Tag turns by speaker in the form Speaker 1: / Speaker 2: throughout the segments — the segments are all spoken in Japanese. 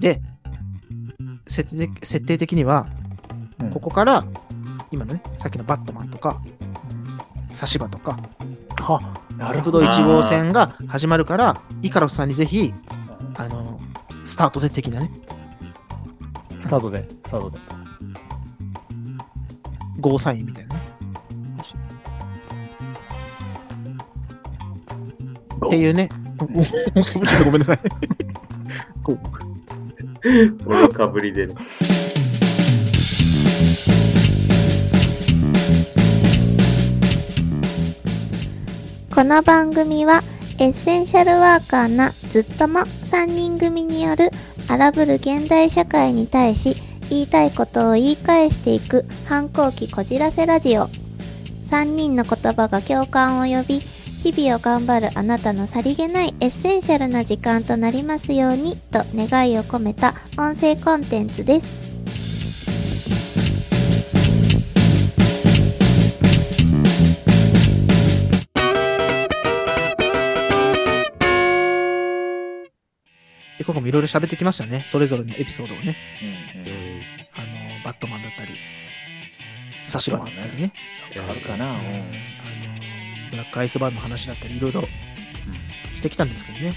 Speaker 1: で設定的設定的には
Speaker 2: うん
Speaker 1: ここから今のねさっきのバットマンとか差し歯とか
Speaker 2: あ、な
Speaker 1: 国
Speaker 2: るほ
Speaker 1: 道
Speaker 2: ど。
Speaker 1: 1号線が始まるからイカロスさんにぜひあのスタートで的なね
Speaker 2: スタートで、スタートで。
Speaker 1: ゴーサインみたいなねっていうねおお ちょっとごめんな さい
Speaker 3: それがかぶりでね。
Speaker 4: この番組はエッセンシャルワーカーなずっとも3人組による荒ぶる現代社会に対し言いたいことを言い返していく反抗期こじらせラジオ3人の言葉が共感を呼び日々を頑張るあなたのさりげないエッセンシャルな時間となりますようにと願いを込めた音声コンテンツです
Speaker 1: で今回もいろいろ喋ってきましたねそれぞれのエピソードをね
Speaker 2: うんうん。
Speaker 1: あのバットマンだったり差し歯だったりね
Speaker 2: あるかな。
Speaker 1: あ
Speaker 2: う
Speaker 1: の
Speaker 2: ん
Speaker 1: ブラックアイスバーンの話だったりいろいろしてきたんですけどね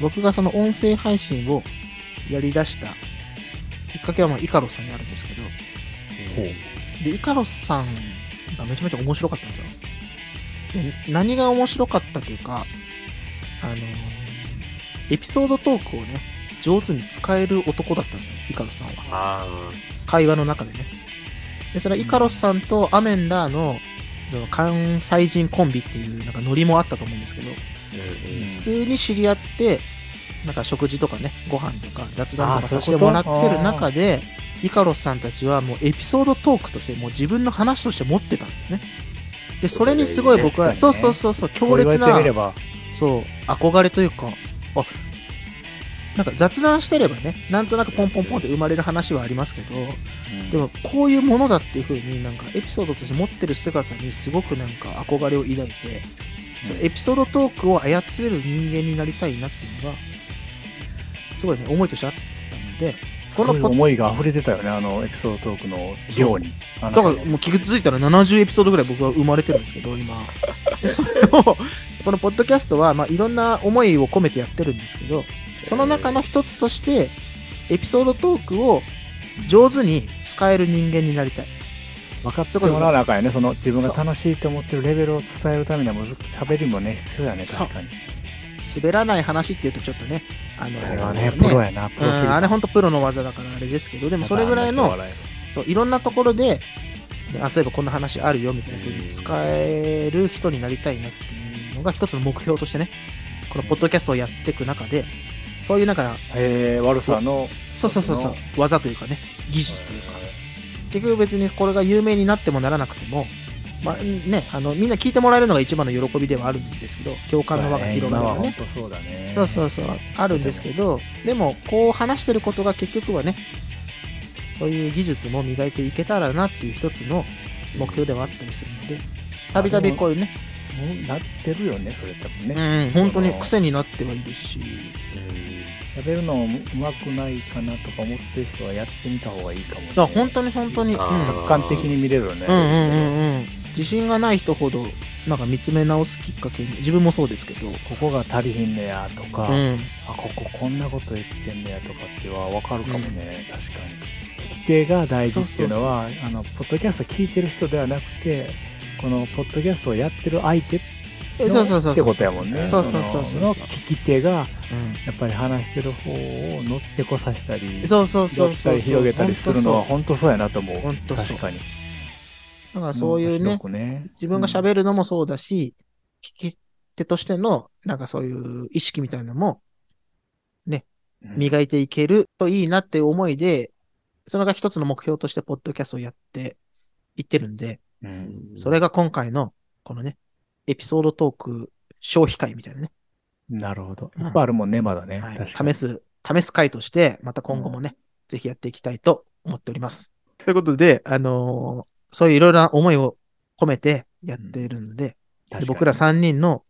Speaker 1: 僕がその音声配信をやりだしたきっかけはまあイカロスさんにあるんですけど、
Speaker 2: ほう。
Speaker 1: で、イカロスさんがめちゃめちゃ面白かったんですよ。で何が面白かったというか、あの、エピソードトークをね、上手に使える男だったんですよ、イカロスさんは。
Speaker 3: あ
Speaker 1: 会話の中でね。で、それはイカロスさんとアメンダーの、その関西人コンビっていう、なんかノリもあったと思うんですけど、
Speaker 3: ー
Speaker 1: 普通に知り合って、なんか食事とかね、ご飯とか雑談とか
Speaker 2: あー
Speaker 1: さ
Speaker 2: そ
Speaker 1: せ
Speaker 2: うい
Speaker 1: て
Speaker 2: うこと
Speaker 1: もらってる中で、イカロスさんたちはもうエピソードトークとして、もう自分の話として持ってたんですよね。で、それにすごい僕は、
Speaker 2: 確か
Speaker 1: そう
Speaker 2: にね
Speaker 1: そうそうそう、強
Speaker 2: そう言わ
Speaker 1: 烈
Speaker 2: れて
Speaker 1: な
Speaker 2: み、れば。
Speaker 1: そう、憧れというか、あ、なんか雑談してればね、なんとなくポンポンポンって生まれる話はありますけど、でもこういうものだっていう風になんかエピソードとして持ってる姿にすごくなんか憧れを抱いて、そのエピソードトークを操れる人間になりたいなっていうのが、すごいね、思いとしてあったので、
Speaker 2: その思いが溢れてたよね、あのエピソードトークの量に。だ
Speaker 1: だからもう気づいたら70エピソードぐらい僕は生まれてるんですけど、 今。でそれを、このポッドキャストは、まあ、いろんな思いを込めてやってるんですけど、その中の一つとして、エピソードトークを上手に使える人間になりたい。
Speaker 2: 分かってもらわなあかんよね、その自分が楽しいと思ってるレベルを伝えるためには、むず喋りもね、必要やね、
Speaker 1: そう
Speaker 2: 確かに。
Speaker 1: 滑らない話っていうとちょっとね、あの、
Speaker 2: あれはね、プロやな、
Speaker 1: う
Speaker 2: プ
Speaker 1: ん、
Speaker 2: ロフィール
Speaker 1: あれほんとプロの技だからあれですけど、でもそれぐらいの、そう、いろんなところで、ねあ、そういえばこんな話あるよみたいな風に使える人になりたいなっていうのが一つの目標としてね、このポッドキャストをやっていく中で、そういうなんか、
Speaker 2: えー、悪さの、
Speaker 1: そうそうそうそう、技というかね、技術というか、結局別にこれが有名になってもならなくても、まあね、あの、みんな聞いてもらえるのが一番の喜びではあるんですけど、共感の輪が広が
Speaker 2: 今
Speaker 1: る
Speaker 2: は
Speaker 1: よね
Speaker 2: 本。当そうだね。
Speaker 1: そうそうそう、あるんですけど、でも、こう話してることが結局はね、そういう技術も磨いていけたらなっていう一つの目標ではあったりするので、たびたびこういうね、
Speaker 2: もうなってるよね、それ多分
Speaker 1: う
Speaker 2: ね。
Speaker 1: ん、本当に癖になってはいるし、
Speaker 2: 喋るのもうまくないかなとか思ってる人はやってみた方がいいかも、ね。
Speaker 1: だから本当に本当に、うん、
Speaker 3: あ
Speaker 2: 客観的に見れるよね。
Speaker 1: うんうんうんうん、自信がない人ほど、なんか見つめ直すきっかけに、自分もそうですけど、
Speaker 2: ここが足りひんねやとか、
Speaker 1: うん、
Speaker 2: あこここんなこと言ってんねやとかっては分かるかもね、確かに聞き手が大事っていうのはあのポッドキャスト聞いてる人ではなくてこのポッドキャストをやってる相手の
Speaker 1: えそうそうそうそう
Speaker 2: ってことやもんね
Speaker 1: そうそうそうそう
Speaker 2: のの聞き手が
Speaker 1: う
Speaker 2: やっぱり話してる方を乗ってこさせたり
Speaker 1: ん、そうそう
Speaker 2: 拾
Speaker 1: そう
Speaker 2: っ
Speaker 1: そ
Speaker 2: た
Speaker 1: う、
Speaker 2: り広げたりするのは
Speaker 1: 本
Speaker 2: 本当そうやなと思う
Speaker 1: ほんとそう
Speaker 2: 確かに
Speaker 1: 当そうだからそういうね
Speaker 2: 面白、くね
Speaker 1: 自分が喋るのもそうだし、聞き手としての、なんかそういう意識みたいなのも
Speaker 2: うん
Speaker 1: 磨いていけるといいなっていう思いで、それが一つの目標として、ポッドキャストをやっていってるんで、
Speaker 2: うん
Speaker 1: それが今回の、このね、エピソードトーク消費会みたいなね、
Speaker 2: なるほどいっぱいあるもんねまだね、
Speaker 1: はい
Speaker 2: 確かに
Speaker 1: 試す、試す会として、また今後もね、ぜひやっていきたいと思っております。ということで、あのーそういういろいろな思いを込めてやっているので、で僕ら3人の、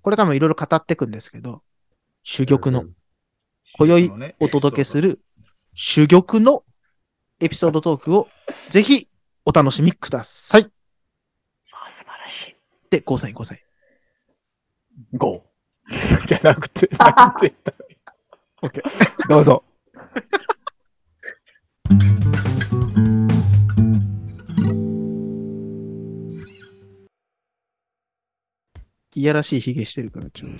Speaker 1: これからもいろいろ語っていくんですけど、珠玉の、今宵お届けす
Speaker 5: る。
Speaker 1: る珠玉のエピソードトーク をぜひお楽しみください。
Speaker 2: あ素晴らしい。
Speaker 1: で、ゴーサイン、ゴーサイン。
Speaker 2: ゴー。 じゃなく て、なんて言ったらいいか。
Speaker 1: オッケ
Speaker 2: どうぞ。
Speaker 1: いやらしい髭してるから、ちょっと。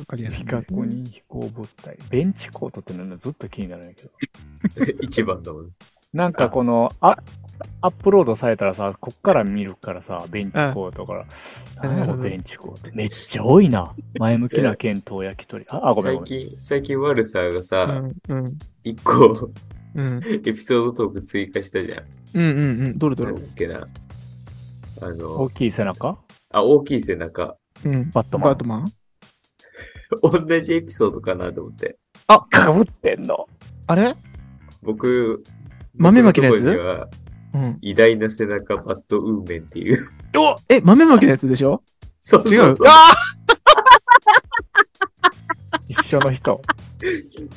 Speaker 1: わかりやすい
Speaker 2: ピ
Speaker 1: ね、
Speaker 2: カコに飛行物体。ベンチコートってのがずっと気になるんやけど。
Speaker 5: 一番だもん。
Speaker 2: なんかこの、あ、アップロードされたらさ、こっから見るからさ、ベンチコートから。
Speaker 1: うん
Speaker 2: 何やろ、ベンチコート。めっちゃ多いな。前向きな検討焼き鳥。あ、あごめんご
Speaker 5: 最
Speaker 2: めん。
Speaker 5: 近、最近ワルサーが
Speaker 1: う
Speaker 5: さ、
Speaker 1: ん、うん、
Speaker 5: 一個
Speaker 1: うん、
Speaker 5: エピソードトーク追加したじゃん。
Speaker 1: うん、うん、うん、どれど
Speaker 5: な
Speaker 1: れ
Speaker 5: ん。だっけな。あの
Speaker 2: 大、きい背中
Speaker 5: あ、大きい背中。
Speaker 1: うん。
Speaker 2: バットマン
Speaker 1: バットマン
Speaker 5: 同じエピソードかなと思って。
Speaker 2: かぶってんの。
Speaker 1: あれ
Speaker 5: 僕、
Speaker 1: 豆まきのやつ
Speaker 5: 僕とこには
Speaker 1: うん。
Speaker 5: 偉大な背中バッドウーメンっていう。
Speaker 1: おえ、豆まきのやつでしょ
Speaker 5: そう
Speaker 1: 違
Speaker 5: そう
Speaker 1: う
Speaker 5: そう。
Speaker 1: あ
Speaker 2: 一緒の人。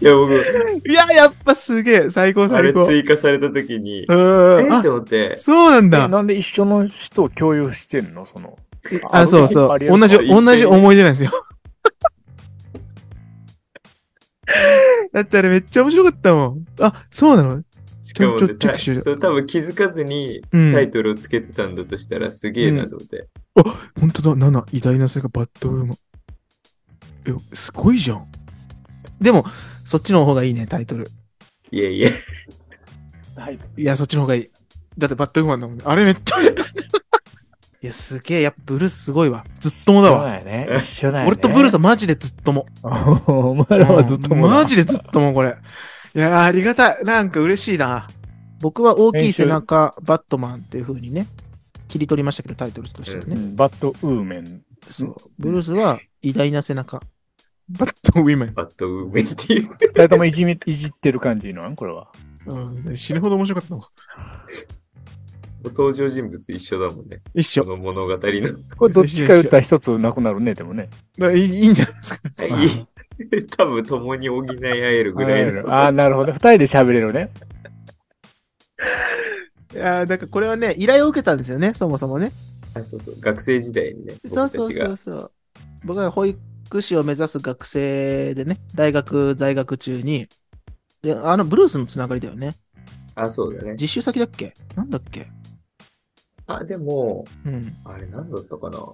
Speaker 5: いや、僕、
Speaker 1: ーいや、やっぱすげえ最高
Speaker 5: あ
Speaker 1: 最
Speaker 5: れ
Speaker 1: 高。う
Speaker 5: 追加された時に、え
Speaker 1: ーん。
Speaker 5: っ
Speaker 1: あ
Speaker 5: て、思って、
Speaker 1: そうなん
Speaker 2: え
Speaker 1: だ。
Speaker 2: なんで一緒の人を共有してんのその。
Speaker 1: あ、そうそ
Speaker 2: あ
Speaker 1: う。
Speaker 2: りえる
Speaker 1: 同じ、
Speaker 5: あ一緒に
Speaker 1: 同じ思い出なんですよ。 だってあれめっちゃ面白かったもん。あ、そうなの
Speaker 5: しかも
Speaker 1: ちょち
Speaker 5: ね、
Speaker 1: ょチェッ
Speaker 5: た
Speaker 1: クしよう
Speaker 5: そう多分気づかずに
Speaker 1: うん
Speaker 5: タイトルをつけてたんだとしたらすげえなと思って。
Speaker 1: 本当だ、7、偉大な世界、バッドウーマン。え、すごいじゃん。でも、そっちの方がいいね、タイトル。
Speaker 5: いやいや、
Speaker 2: はい。
Speaker 1: いや、そっちの方がいい。だってバッドウーマンだもんね。あれめっちゃ。 いや、すげえ、やっぱブルースすごいわ。ずっともだ
Speaker 2: そう
Speaker 1: わ。
Speaker 2: やね。一緒だよね。
Speaker 1: 俺とブルース
Speaker 2: ス。
Speaker 1: はマジでずっとも。
Speaker 2: お前らはずっとも
Speaker 1: うん
Speaker 2: うな
Speaker 1: マジでずっともうこれ。いやー、ありがたい。なんか嬉しいな。僕は大きい背中、バットマンっていう風にね、切り取りましたけど、タイトルとしては
Speaker 2: う
Speaker 1: ね。
Speaker 2: んバッドウーメン。
Speaker 1: そう。ブルースは偉大な背中。バットウィメン。
Speaker 5: バッドウーメンっていう。
Speaker 2: 二人ともいじめ、いじってる感じなんこれは。
Speaker 1: うん、死ぬほど面白かったもん。
Speaker 5: 登場人物一緒だもんね。
Speaker 1: 一
Speaker 5: こ
Speaker 1: 緒。
Speaker 5: の物語の。い
Speaker 2: これどっちか言ったら一つなくなるね、でもね。
Speaker 1: だいいいいんじゃないですか。
Speaker 5: い 多分共に補い合えるぐらいの。
Speaker 2: ああ、なるほど。二人で喋れるね。
Speaker 1: いやーなんかこれはね、依頼を受けたんですよね、そもそもね。
Speaker 5: あそうそう。学生時代にね。
Speaker 1: そうそう
Speaker 5: 僕たち
Speaker 1: そ
Speaker 5: が
Speaker 1: うそう。僕は保育士を目指す学生でね、大学在学中に、で、あの、ブルースのつながりだよね。
Speaker 5: あ、そうだね。
Speaker 1: 実習先だっけなんだっけ
Speaker 5: あ、でも、
Speaker 1: うん。
Speaker 5: あれ何だったかな。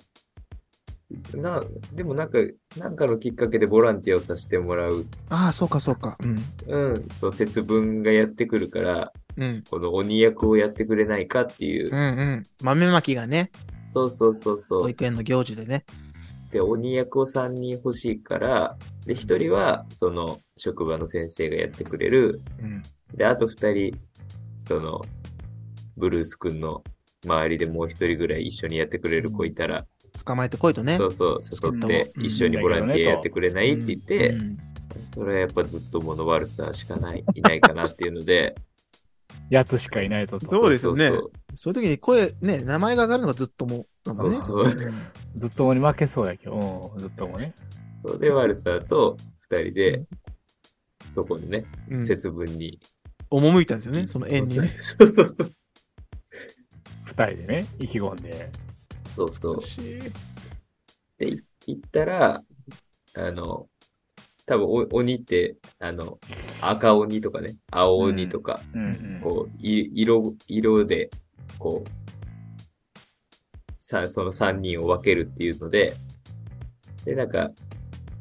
Speaker 5: な、でもなんか、なんかのきっかけでボランティアをさせてもらう。
Speaker 1: ああ、そうかそうか。うん。
Speaker 5: うん。そう、節分がやってくるから、
Speaker 1: うん。
Speaker 5: この鬼役をやってくれないかっていう
Speaker 1: うん。うん。豆まきがね、
Speaker 5: そうそうそうそ
Speaker 1: 保
Speaker 5: う。
Speaker 1: 育園の行事でね。
Speaker 5: で、鬼役を3人欲しいから、で、1人は、その、職場の先生がやってくれる。
Speaker 1: うん。
Speaker 5: で、あと2人、その、ブルース君の周りでもう1人ぐらい一緒にやってくれる子いたら、
Speaker 1: 捕まえてこいとね。
Speaker 5: そうそう、
Speaker 1: 作
Speaker 5: 誘
Speaker 1: っ
Speaker 5: ったて、
Speaker 1: うん
Speaker 5: 一緒にボランティアやってくれないって言って、
Speaker 1: うん
Speaker 5: それはやっぱずっと物悪さしかない、いないかなっていうので、
Speaker 2: やつしかいないぞと。
Speaker 1: そうですよね
Speaker 5: そうそう
Speaker 1: そういう時に声、ね、名前が上がるのがずっともう、なんだね。
Speaker 5: そうそう
Speaker 1: うん
Speaker 2: ずっともに負けそうやけど。うん、ずっともね。
Speaker 5: そうで、悪さと2人で、そこにね、
Speaker 1: うん
Speaker 5: 節分に。
Speaker 1: 赴いたんですよね、その縁にね。
Speaker 5: そうそうそう。
Speaker 2: 二人でね、意気込んで。
Speaker 5: そうそう。
Speaker 1: し
Speaker 5: で、い行ったら、あの、多分お鬼って、あの、赤鬼とかね、青鬼とか、
Speaker 2: うんうん。
Speaker 5: こう、い色、色で、こう、さ、その3人を分けるっていうので、で、なんか、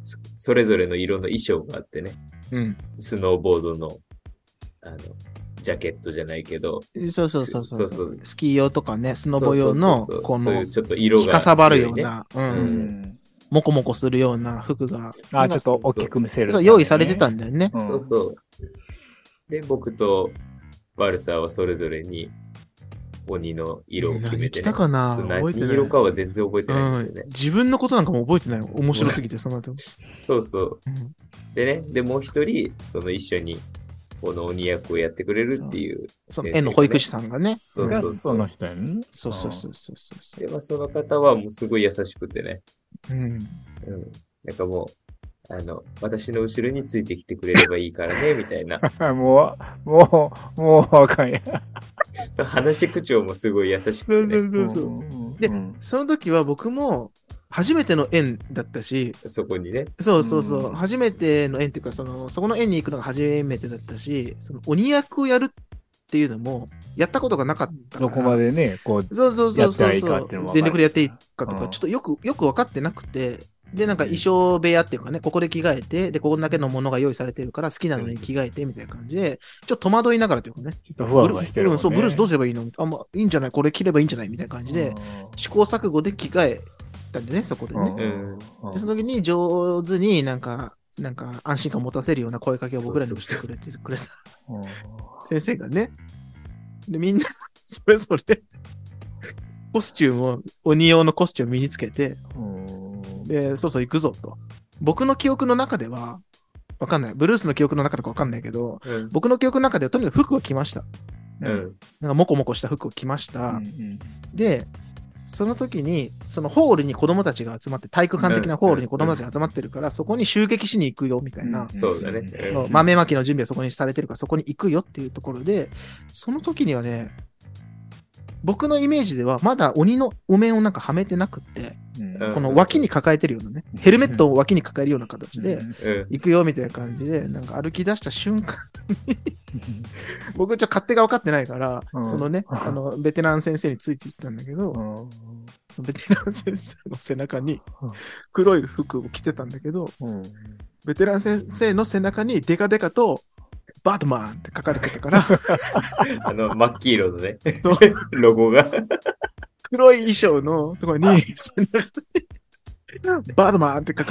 Speaker 5: そそれぞれの色の衣装があってね、
Speaker 1: うん。
Speaker 5: スノーボードの、あの、ジャケットじゃないけど、
Speaker 1: そうそうそうそう
Speaker 5: そうそう
Speaker 1: スキー用とかね、スノボ用の
Speaker 5: そうそうそう、
Speaker 1: こ
Speaker 5: そうい
Speaker 1: の
Speaker 5: う、ちょっと色が、
Speaker 1: 着かさばるよう。な、う。
Speaker 2: うんん。
Speaker 1: もこもこするような服が、
Speaker 2: あ、ちょっと大きく見せる。
Speaker 1: そう用意されてたんだよね。
Speaker 2: うん
Speaker 5: そうそう。で、僕とワルサーはそれぞれに鬼の色を決め
Speaker 1: 何
Speaker 5: て、
Speaker 1: 着
Speaker 5: ね。
Speaker 1: たかな
Speaker 5: ちょっと
Speaker 1: 覚えて
Speaker 5: 何
Speaker 1: ない。
Speaker 5: 色かは全然覚えて
Speaker 1: う
Speaker 5: ないん
Speaker 1: ん
Speaker 5: ですよね。。
Speaker 1: 自分のことなんかもう覚えてないよ。面白すぎて、その後。
Speaker 5: そうそう。
Speaker 1: うん
Speaker 5: でね、で、もう一人、その一緒にこの鬼役をやってくれるっていう。
Speaker 1: その園の保育士さんがね。
Speaker 5: そう
Speaker 2: が
Speaker 5: そう
Speaker 2: その人やん。
Speaker 1: そうそうそうそうそう
Speaker 5: で、まあ、その方はもうすごい優しくてね。
Speaker 1: そう。うん。
Speaker 5: うん。なんかもう、あの、私の後ろについてきてくれればいいから ね、みたいな。
Speaker 2: あ もう、もう、もうあかんや。
Speaker 5: そう話し口調もすごい優しくてね。
Speaker 1: うんでその時は僕も初めての園だったし、
Speaker 5: そこにね。
Speaker 1: そうそうそう、
Speaker 2: うん
Speaker 1: 初めての園っていうか、その、そこの園に行くのが初めてだったし、その鬼役をやるっていうのも、やったことがなかったから。
Speaker 2: どこまでね、こう、
Speaker 1: そうそうそうそ
Speaker 2: やったら
Speaker 1: う
Speaker 2: いい
Speaker 1: そ
Speaker 2: かっていうのも分かる
Speaker 1: 全力でやっていいかとか、
Speaker 2: うん
Speaker 1: ちょっとよく、よく分かってなくて、で、なんか衣装部屋っていうかね、ここで着替えて、で、ここだけのものが用意されてるから、好きなのに着替えてみたいな感じで、ちょっと戸惑いながらというかね、
Speaker 2: ちょっとふわふわしてるもん、
Speaker 1: うん、
Speaker 2: ね。
Speaker 1: そう、ブルースどうすればいいのあ、まあ、いいんじゃないこれ着ればいいんじゃないみたいな感じで、試行錯誤で着替えたんでね、そこで
Speaker 2: うん、
Speaker 1: ね。
Speaker 5: うん
Speaker 2: うん
Speaker 1: でその時に上手になんか、なんか安心感を持たせるような声かけを僕らにもしてくれてくれた
Speaker 2: うん
Speaker 1: 先生がね。で、みんな、 それぞれ、コスチュームを、鬼用のコスチュームを身につけて、
Speaker 2: うん
Speaker 1: で、そうそう行くぞと。僕の記憶の中では、わかんない。ブルースの記憶の中とかわかんないけど、
Speaker 5: うん。
Speaker 1: 僕の記憶の中ではとにかく服を着ました。
Speaker 5: うん。
Speaker 1: なんかモコモコした服を着ました。
Speaker 2: うん
Speaker 1: で、その時に、そのホールに子供たちが集まって、体育館的なホールに子供たちが集まってるから、そこに襲撃しに行くよ、みたいな。
Speaker 5: そうだね。
Speaker 1: その豆まきの準備はそこにされてるから、そこに行くよっていうところで、その時にはね、僕のイメージでは、まだ鬼のお面をなんかはめてなくって、
Speaker 2: うん
Speaker 5: うん
Speaker 1: この脇に抱えてるようなね、ヘルメットを脇に抱えるような形で、
Speaker 5: うん。
Speaker 1: 行くよみたいな感じで、なんか歩き出した瞬間 に、僕ちょっと勝手が分かってないから、
Speaker 2: うん
Speaker 1: そのね、あの、ベテラン先生について行ったんだけど、
Speaker 2: うん
Speaker 1: そのベテラン先生の背中に
Speaker 2: うん
Speaker 1: 黒い服を着てたんだけど、
Speaker 2: うん
Speaker 1: ベテラン先生の背中にデカデカと、バッドマンって書かれてたから、
Speaker 5: あの、真っ黄色のね、
Speaker 1: そう
Speaker 5: ロゴが。
Speaker 1: 黒い衣装のところに、背中にバッドマンって書か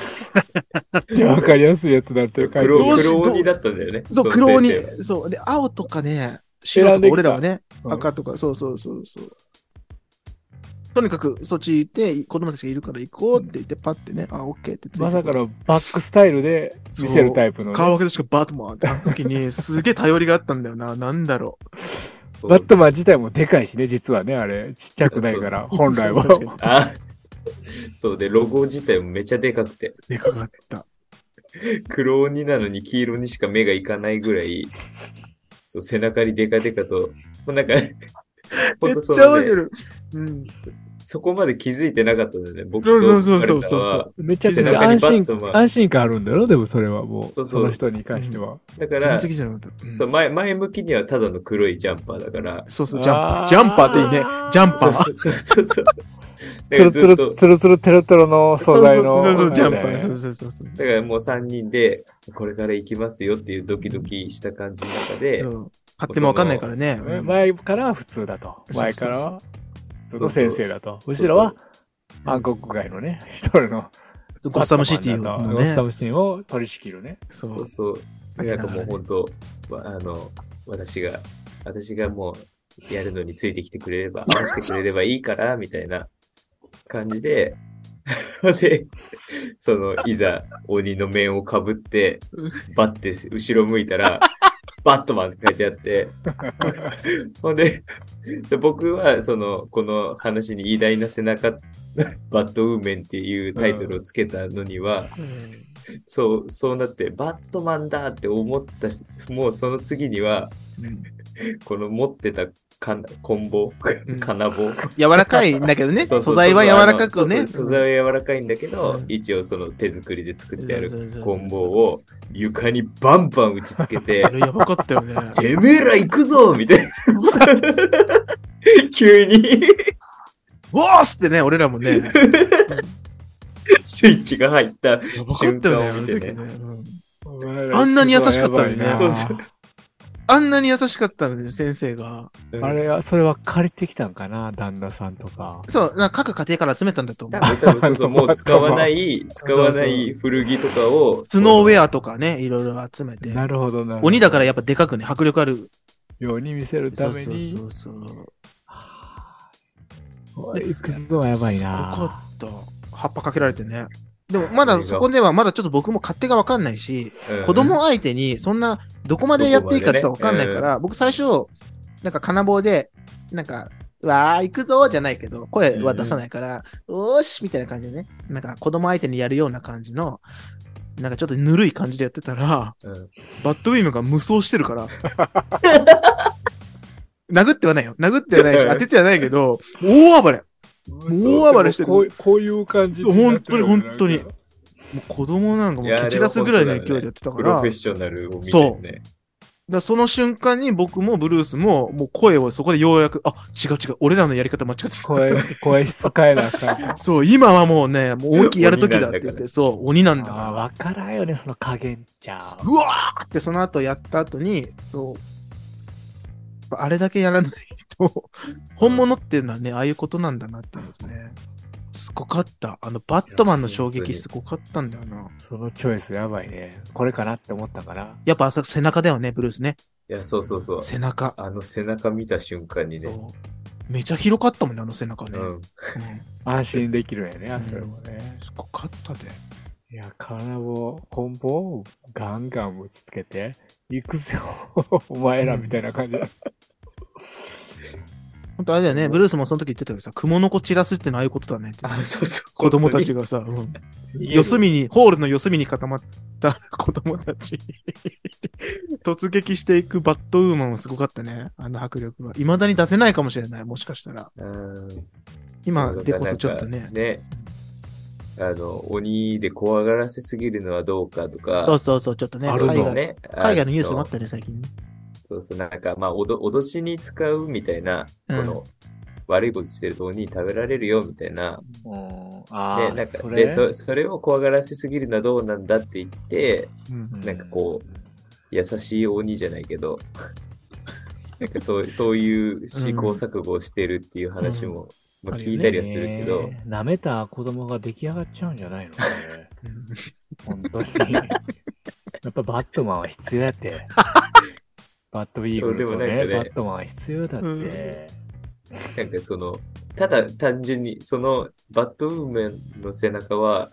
Speaker 1: れて
Speaker 2: じゃあわかりやすいやつだって書いてる
Speaker 5: 黒
Speaker 1: どうし
Speaker 5: 黒鬼だったんだよね。
Speaker 1: そう、
Speaker 5: の
Speaker 1: 黒鬼
Speaker 5: 先生は。
Speaker 1: そう。で、青とかね、白と
Speaker 2: 選
Speaker 1: か
Speaker 2: んできた
Speaker 1: 俺らはね、
Speaker 2: うん
Speaker 1: 赤とか、そうそうそうそう。とにかく、そっち行って、子供たちがいるから行こうって言って、パッてね、あ、オッケーってついて
Speaker 2: まさかのバックスタイルで見せるタイプのね、
Speaker 1: 顔分けとしかバットマンってあの時に、すげえ頼りがあったんだよな。なんだろ
Speaker 5: そう
Speaker 2: バットマン自体もでかいしね、実はね、あれ、ちっちゃくないから、
Speaker 1: う。
Speaker 2: 本来
Speaker 1: そう確かに
Speaker 2: は。
Speaker 5: あ そうで、ロゴ自体もめちゃでかくて、
Speaker 1: でかかった。
Speaker 5: 黒鬼なのに黄色にしか目がいかないぐらい、そう背中にデカデカと、もうなん か、
Speaker 1: めっ
Speaker 5: 本当そ
Speaker 1: ちゃ
Speaker 5: の
Speaker 1: 覚えて
Speaker 5: ね、
Speaker 1: る。うん。
Speaker 5: そこまで気づいてなかったんだよね、僕
Speaker 1: そ
Speaker 5: と
Speaker 1: うそうそうそう
Speaker 5: マルさんは。
Speaker 2: めちゃくち
Speaker 5: 背
Speaker 2: ゃ
Speaker 5: 中
Speaker 2: 安
Speaker 5: にバ
Speaker 2: 心
Speaker 5: ットマン
Speaker 2: 安心感あるんだろ、でもそれはもう、
Speaker 5: そ
Speaker 2: そう
Speaker 5: そう
Speaker 2: の人に関しては。
Speaker 5: だか
Speaker 1: 全
Speaker 5: ら、
Speaker 1: 然じゃなかった。うん
Speaker 5: そう前前向きにはただの黒いジャンパーだから、
Speaker 1: そうそう、
Speaker 2: あー
Speaker 1: ジャンパー。ジャンパーっていいね。ジャンパ
Speaker 5: そう
Speaker 1: ー。
Speaker 5: そうそ うそう。
Speaker 2: つるつ
Speaker 5: だからずっと
Speaker 2: る、つるつる、てろてろの素材の。
Speaker 1: そうそうそう、ジャンパ
Speaker 2: ね
Speaker 1: ー。そうそうそうそう。
Speaker 5: だからもう3人で、これから行きますよっていうドキドキした感じの中で、
Speaker 1: うん買ってもわかんないからね。うん
Speaker 2: 前からは普通だと。
Speaker 1: そうそうそう
Speaker 2: 前からは、そ
Speaker 5: そうそ
Speaker 2: の先
Speaker 5: う
Speaker 2: 生だと。後ろは、暗黒街のね、一人の。
Speaker 1: ゴッサムシティ
Speaker 2: バットマン
Speaker 1: の
Speaker 2: だとゴッ
Speaker 1: ね
Speaker 2: サ。ムシティを取り仕切るね。
Speaker 1: そ
Speaker 5: そうう。そう。なんかもう本当、わあの、私が、私がもう、やるのについてきてくれれば、合わせてくれればいいから、みたいな感じで、 で、その、いざ、鬼の面をかぶって、バッて、後ろ向いたら、バットマンって書いてあって、ほんで、で僕は、その、この話に偉大な背中、バットウーメンっていうタイトルをつけたのには、そう、そうなって、バットマンだって思ったし、もうその次には、
Speaker 1: うん
Speaker 5: この持ってたかんコンボ、
Speaker 1: ん
Speaker 5: 金棒。
Speaker 1: 柔らかいんだけどね。
Speaker 5: そうそうそう
Speaker 1: 素材は柔らかく
Speaker 5: あの
Speaker 1: ね。
Speaker 5: そうそう素材は柔らかいんだけど、
Speaker 1: うん
Speaker 5: 一応その手作りで作ってある
Speaker 1: る
Speaker 5: コンボ。を床にバンバン打ちつけて
Speaker 1: あ、れやばかったよね。
Speaker 5: てめえら行くぞみたいな。 急に
Speaker 1: おーっつってね、俺らもね。や
Speaker 5: スイッチが入った。
Speaker 1: ばかったよね、あの時ね。
Speaker 5: 瞬間を見てね
Speaker 1: うんあんなに優しかったのにね
Speaker 2: やばいな
Speaker 5: そうそう
Speaker 1: あんなに優しかったのに、先生が。
Speaker 2: あれは、それは借りてきたんかな、旦那さんとか。
Speaker 1: そう、なんか各家庭から集めたんだと思
Speaker 5: 多
Speaker 1: う。
Speaker 5: 分多分そうそうもう使わ ない、使わない古着とかを。
Speaker 1: スノーウ
Speaker 5: ア
Speaker 1: ェアとかね、いろいろ集めて。
Speaker 2: なるほどな。
Speaker 1: 鬼だからやっぱでかくね、迫力ある。
Speaker 2: ように見せるために。
Speaker 1: そうそうそうそう。
Speaker 2: おい行くぞ、やばいな。
Speaker 1: すごかった。葉っぱかけられてね。でもまだそこではまだちょっと僕も勝手がわかんないし、子供相手にそんなどこまでやっていいかちょっとわかんないから、僕最初、なんか金棒で、なんか、わー、行くぞーじゃないけど、声は出さないから、おーしみたいな感じでね、なんか子供相手にやるような感じの、なんかちょっとぬるい感じでやってたら、
Speaker 5: うん
Speaker 1: バッドウィームが無双してるから、 殴ってはないよ。殴ってはないし、当ててはないけど、大暴れ。大暴れしてる
Speaker 6: こうこういう感じになってるわけじゃない
Speaker 1: 本当に本当にもう子供なんかもう蹴散らすぐらいの勢いでやってたか
Speaker 5: プロ
Speaker 1: ら、
Speaker 5: フェッ
Speaker 1: だか
Speaker 5: ショナルを見てるね。
Speaker 1: らその瞬間に僕もブルースも、もう声をそこでようやく、あ、違う違う、俺らのやり方間違ってた。
Speaker 2: 声、声質変えなあかんか ら。
Speaker 1: そう、今はもうね、もう思いっきりやる時だって言っ
Speaker 5: 鬼なんだか
Speaker 1: て、そう、鬼なんだか
Speaker 2: あー
Speaker 1: ら。
Speaker 2: わからんよね、その加減じゃ。
Speaker 1: うわーってその後やった後に、そう、あれだけやらないと、 本物っていうのはね、ああいうことなんだなって思うとね。すごかった。あの、バットマンの衝撃すごかったんだよな。
Speaker 2: そのチョイスやばいね。これかなって思ったかな。
Speaker 1: やっぱあそこ背中だよね、ブルースね。
Speaker 5: いや、そうそうそう。
Speaker 1: 背中。
Speaker 5: あの背中見た瞬間にね。
Speaker 1: そうめちゃ広かったもんね、あの背中ね。
Speaker 5: う
Speaker 1: うん
Speaker 5: ん。
Speaker 2: 安心できるんやね、それもね。
Speaker 1: すごかったで。
Speaker 2: いや、体を、棍棒をガンガンぶつけて、行くぜ、お前らみたいな感じだ。
Speaker 1: 本当あれだよね、ブルースもその時言ってたけどさ、蜘蛛の子散らすってのはああいうことだねって。
Speaker 5: あ、そうそう。
Speaker 1: 子供たちがさ、うん四隅に、ホールの四隅に固まった 子供たち。 突撃していくバットウーマンはすごかったね、あの迫力は。未だに出せないかもしれない、もしかしたら。
Speaker 5: うん。
Speaker 1: 今でこそちょっとね。
Speaker 5: ね。あの、鬼で怖がらせすぎるのはどうかとか。
Speaker 1: そうそうそう、ちょっとね、
Speaker 2: あ
Speaker 1: 海
Speaker 2: るの
Speaker 1: 外
Speaker 5: ね。
Speaker 1: 海外のニュースもあっ
Speaker 5: の
Speaker 1: たね、最近ね。
Speaker 5: そうそう、なんか、まあ、おど脅しに使うみたいな、こ
Speaker 1: うん
Speaker 5: の、悪いことしてると鬼に食べられるよみたいな。
Speaker 2: うん、あ
Speaker 5: で、
Speaker 2: あ、
Speaker 5: なん
Speaker 2: そ
Speaker 5: か、
Speaker 2: れ
Speaker 5: で、そそれを怖がらせすぎるのはどうなんだって言って、
Speaker 1: うん
Speaker 5: なんかこう、優しい鬼じゃないけど、なんかそうそういう試行錯誤をしてるっていう話も、まあ、
Speaker 1: あるよね
Speaker 5: 聞いたりはするけど、
Speaker 2: ねえ舐めた子供が出来上がっちゃうんじゃないのこれ
Speaker 1: うん
Speaker 2: 本当 に。やっぱバットマンは必要やって。バットイーグルとね
Speaker 5: でもなんかね
Speaker 2: バットマンは必要だって。
Speaker 1: うん
Speaker 5: なんかその、ただ単純に、そのバットウーメンの背中は、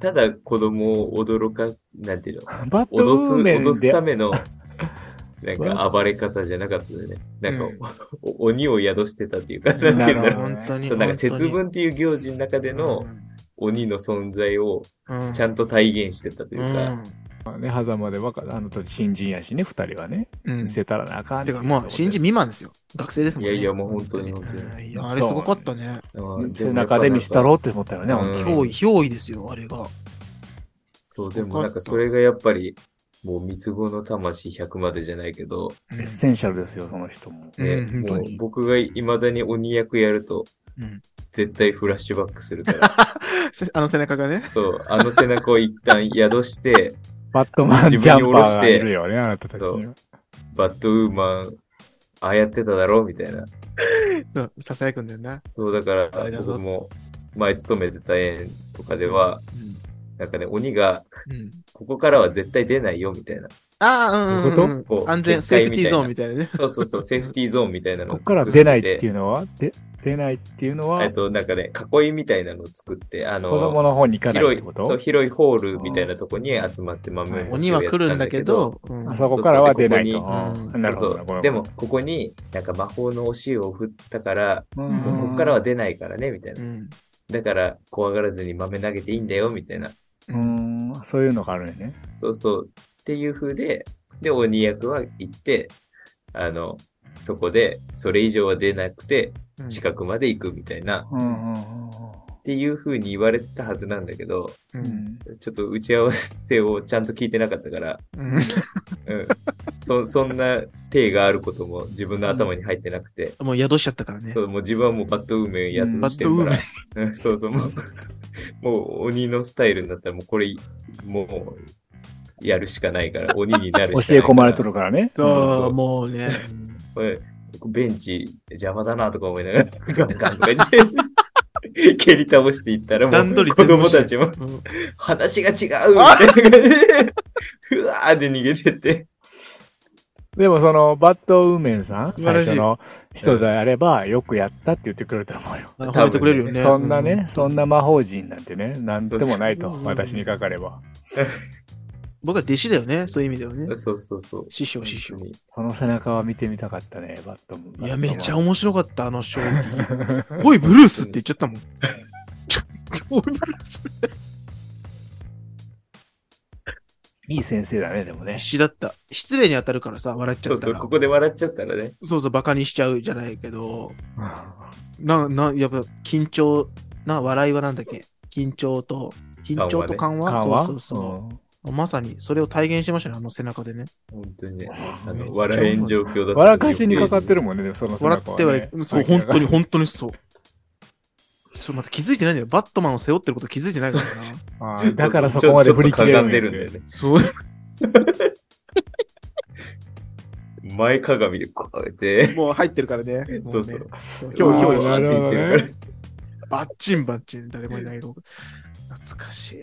Speaker 5: ただ子供を驚か、なんていうの、
Speaker 2: バット
Speaker 5: 脅す、
Speaker 2: ウーメン
Speaker 5: 脅す
Speaker 2: で
Speaker 5: た、めの、なんか暴れ方じゃなかったよね。なんか、
Speaker 1: うん
Speaker 5: お鬼を宿してたっていうか、なんていうんだ
Speaker 2: なる
Speaker 5: ろ
Speaker 2: ほ
Speaker 5: う。
Speaker 2: どね
Speaker 1: 本当に。
Speaker 5: そうなんか
Speaker 1: 本当に
Speaker 5: 節分っていう行事の中での鬼の存在を
Speaker 1: うん、
Speaker 5: ちゃんと体現してたというか、
Speaker 2: ね、狭間でわかあの時新人やしね、二人はね、
Speaker 1: うん。うん
Speaker 2: 見せたらなあかんってて
Speaker 1: かもう新人未満ですよ。学生ですもん
Speaker 5: い
Speaker 1: ね。
Speaker 5: やいや、もう本当に本当に。
Speaker 1: うんいやあれすごかったね。
Speaker 5: うん
Speaker 2: その中で見せたろうって思ったよね、
Speaker 5: うん
Speaker 2: 本当に
Speaker 1: 憑依、憑依ですよ、あれが。
Speaker 5: そう、でもなんかそれがやっぱり、もう三つ子の魂100までじゃないけど、
Speaker 1: う
Speaker 2: エッ
Speaker 1: ん
Speaker 2: センシャルですよ、その人も。
Speaker 5: ね
Speaker 1: うん
Speaker 5: も
Speaker 1: 本
Speaker 5: う
Speaker 1: 当に
Speaker 5: 僕が未だに鬼役やると、
Speaker 1: うん
Speaker 5: 絶対フラッシュバックするから、
Speaker 1: せ あの背中がね。
Speaker 5: そう、あの背中を一旦宿して、
Speaker 2: バットマンジ
Speaker 5: 自
Speaker 2: ャ
Speaker 5: 分に
Speaker 2: ンパ
Speaker 5: 下ろ
Speaker 2: ー
Speaker 5: し
Speaker 2: が
Speaker 5: て
Speaker 2: いるよね、あなたたちには。
Speaker 5: バッドウーマン、ああやってただろうみたいな。
Speaker 1: そうささやくんだよな。
Speaker 5: そう、だか
Speaker 1: あれだ
Speaker 5: ら、
Speaker 1: ぞ
Speaker 5: 僕も前勤めてた園とかでは、なんかね、鬼が、
Speaker 1: うん
Speaker 5: ここからは絶対出ないよみたいな。
Speaker 1: ああ、うんうんうん。
Speaker 5: どういうこと
Speaker 1: 安全、セーフティーゾーンみたいなね。
Speaker 5: そ うそうそう、セーフティーゾーンみたいなの
Speaker 2: こ
Speaker 5: を
Speaker 2: こ
Speaker 5: 作
Speaker 2: か
Speaker 5: っ
Speaker 2: ら出ないってい
Speaker 5: て。
Speaker 2: うのは、で出ないっていうのは
Speaker 5: えっ、と、なんかね、囲いみたいなのを作って、あ
Speaker 2: 子供
Speaker 5: の、
Speaker 2: の方に行かないっ
Speaker 5: 広い
Speaker 2: てこ、
Speaker 5: そ
Speaker 2: と
Speaker 5: う、広いホールみたいなとこに集まって豆を
Speaker 2: うん
Speaker 1: 鬼は来るんだけど、うん
Speaker 2: あそこからは出ないと。
Speaker 5: そう
Speaker 1: そうここに
Speaker 2: うんなるほどな
Speaker 5: そう
Speaker 2: ごめん
Speaker 5: でも、ここに、なんか魔法のお塩を振ったから、
Speaker 2: う
Speaker 1: うん
Speaker 5: もうここからは出ないからね、みたいうな。
Speaker 1: ん
Speaker 5: だから、怖がらずに豆投げていいんだよ、みたいな。
Speaker 2: うん、そういうのがあるよね。
Speaker 5: そうそう。っていう風で、で、鬼役は行って、あの、そこで、それ以上は出なくて、
Speaker 1: うん
Speaker 5: 近くまで行くみたいな、
Speaker 2: うんうんうん
Speaker 5: っていう風に言われてたはずなんだけど、
Speaker 1: う
Speaker 2: うんうんん。
Speaker 5: ちょっと打ち合わせをちゃんと聞いてなかったから、
Speaker 1: うん
Speaker 5: うん。そ、そんな体があることも自分の頭に入ってなくて、
Speaker 1: もう宿しちゃったからね
Speaker 5: そ。う、もう自分はもうバットウーメンやっとしてるから、うんそうそう、もう、もう鬼のスタイルになったらもうこれ、もう、やるしかないから、鬼になるしかないから。
Speaker 2: 教え込まれとるからね。
Speaker 5: そう
Speaker 1: そ、
Speaker 5: そうう
Speaker 1: もうね。
Speaker 5: これ、ベンチ邪魔だなとか思いながら、ガンガンとか言って、蹴り倒していったら、も
Speaker 1: 段取
Speaker 5: う
Speaker 1: り
Speaker 5: 子
Speaker 1: 全部
Speaker 5: 供たち
Speaker 1: う
Speaker 5: も、
Speaker 1: ん
Speaker 5: 話が違うみたいな感じで、ふわーって逃げてって。
Speaker 2: でもその、バッドウーメンさん、
Speaker 1: 素晴ら
Speaker 2: 最
Speaker 1: しい
Speaker 2: 初の人であれば、よくやったって言ってくれると思うよ。
Speaker 1: あ褒めてくれるよね。
Speaker 2: そんな
Speaker 1: う
Speaker 2: ね、そんな魔法人なんてね、なんでもないと
Speaker 1: そう、そう
Speaker 2: 私にかかれば。
Speaker 1: 僕は弟子だよね、そういう意味ではね。
Speaker 5: そうそうそう。
Speaker 1: 師匠、師匠
Speaker 5: 本。当に
Speaker 2: その背中は見てみたかったね、バット
Speaker 1: い
Speaker 2: も。
Speaker 1: や、めっちゃ
Speaker 2: い。
Speaker 1: 面白かった、あの将 棋。おい、ブルースって言っちゃったもん。 ちょ、ちょおい、ブルース。
Speaker 2: いい先生だね、でもね
Speaker 1: 必。死だった。失礼に当たるからさ、笑っち
Speaker 5: そ
Speaker 1: ゃ
Speaker 5: う
Speaker 1: った
Speaker 5: そう、
Speaker 1: ら。
Speaker 5: ここで笑っちゃったらね。
Speaker 1: そうそう、バカにしちゃうじゃないけど、な、な、やっぱ緊張、な、笑いはなんだっけ緊張と、緊張と緩和,、
Speaker 2: 緩和
Speaker 1: そうそうそう、まさに、それを体現しましたね、あの背中でね。
Speaker 5: 本当にね。あの、笑えん状況だった。
Speaker 2: 笑かしにかかってるもんね、でもその背
Speaker 1: 笑
Speaker 2: 中
Speaker 1: っ
Speaker 2: は、
Speaker 1: て
Speaker 2: ね。
Speaker 1: はい、そう、
Speaker 2: 相手
Speaker 1: 本
Speaker 2: が
Speaker 1: 当に、。本当にそう。それまた気づいてないんだよ。バットマンを背負ってること気づいてないからな。
Speaker 2: あーだからそこまで振り切れる
Speaker 5: ちょっとちょっとかがんでるん
Speaker 2: んだ
Speaker 5: だ
Speaker 2: よ
Speaker 5: よ
Speaker 2: ね。
Speaker 5: ね。
Speaker 1: そう。
Speaker 5: 前かがみでこうやっ て、
Speaker 1: もう入ってるからね。
Speaker 5: そうそう。
Speaker 1: もうね。
Speaker 5: ひ
Speaker 1: 今
Speaker 5: ょ
Speaker 1: 日、
Speaker 5: い
Speaker 1: 今
Speaker 5: ひょ
Speaker 1: 日
Speaker 5: い、
Speaker 2: なる
Speaker 5: って
Speaker 2: ほどね
Speaker 5: 言ってるから。
Speaker 1: バッチンバッチン、誰もいない廊下。懐かしい。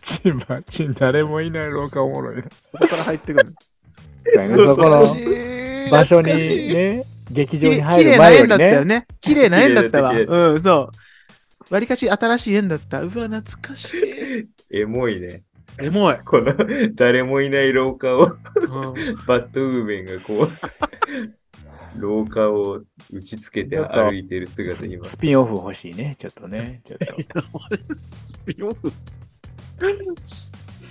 Speaker 2: チンバチン、誰もいない廊下おも ろいね。
Speaker 1: ここから入ってく る。
Speaker 5: そうそ
Speaker 2: だ
Speaker 5: う
Speaker 2: から
Speaker 1: 懐かしい
Speaker 2: 場所
Speaker 1: 懐
Speaker 2: に
Speaker 1: かしい
Speaker 2: ね、劇
Speaker 1: きれ
Speaker 2: 場に
Speaker 1: い
Speaker 2: 入る
Speaker 1: な
Speaker 2: 前よ
Speaker 1: 縁だ
Speaker 2: り
Speaker 1: ったよ
Speaker 2: ね。
Speaker 1: ね。綺麗な縁だったわ。
Speaker 5: 綺麗だった
Speaker 1: うん、そう。わりかし新しい縁だった。うわ、懐かしい。
Speaker 5: エモいね。
Speaker 1: エモい。
Speaker 5: この、誰もいない廊下を、
Speaker 1: うん
Speaker 5: バッドウーメンがこう、廊下を打ちつけて歩いてる姿今。
Speaker 2: スピンオフ欲しいね、ちょっとね。ちょっと。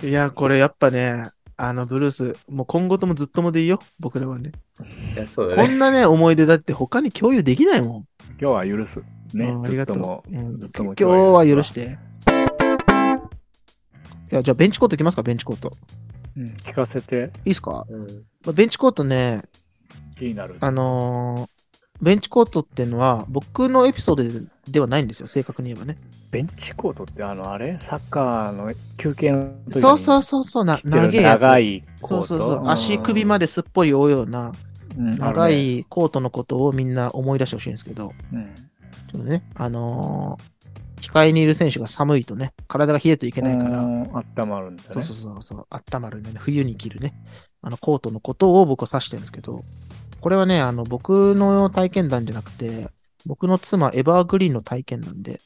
Speaker 1: いや、これやっぱね、あの、ブルース、もう今後ともずっともでいいよ。僕らはね。
Speaker 5: いや、そうだ
Speaker 1: こ
Speaker 5: ね。
Speaker 1: んなね、思い出だって他に共有できないもん。
Speaker 2: 今日は許す。ね
Speaker 1: うん、あ
Speaker 2: ず
Speaker 1: り
Speaker 2: っ
Speaker 1: がと
Speaker 2: とも
Speaker 1: う。うん
Speaker 2: ずっと
Speaker 1: 今
Speaker 2: も
Speaker 1: 日は許して。いや、じゃあベンチコートいきますか、ベンチコート。
Speaker 2: う、うん、聞かせて
Speaker 1: いいっすか、
Speaker 5: うん
Speaker 1: まあベンチコートね、
Speaker 2: 気になる。
Speaker 1: あのーベンチコートっていうのは、僕のエピソードではないんですよ、正確に言えばね。
Speaker 2: ベンチコートってあの、あれサッカーの休憩の時に
Speaker 1: そうそうそうそう、な
Speaker 2: 切ってる
Speaker 1: 長いやつ。
Speaker 2: 長いコ
Speaker 1: そ
Speaker 2: ート。
Speaker 1: うそうそう。足首まですっぽり覆うような、
Speaker 2: うん
Speaker 1: 長、いコートのことをみんな思い出してほしいんですけど、
Speaker 2: あるね
Speaker 1: ちょっとね、あのー控えにいる選手が寒いとね、体が冷えるといけ
Speaker 2: うん、
Speaker 1: ないから、
Speaker 2: あったまるんだね。
Speaker 1: そうそうそうそう、温まるんでね、冬に着るね、あのコートのことを僕は指してるんですけど、これはね、あの僕の体験談じゃなくて、僕の妻、エバーグリーンの体験なんで、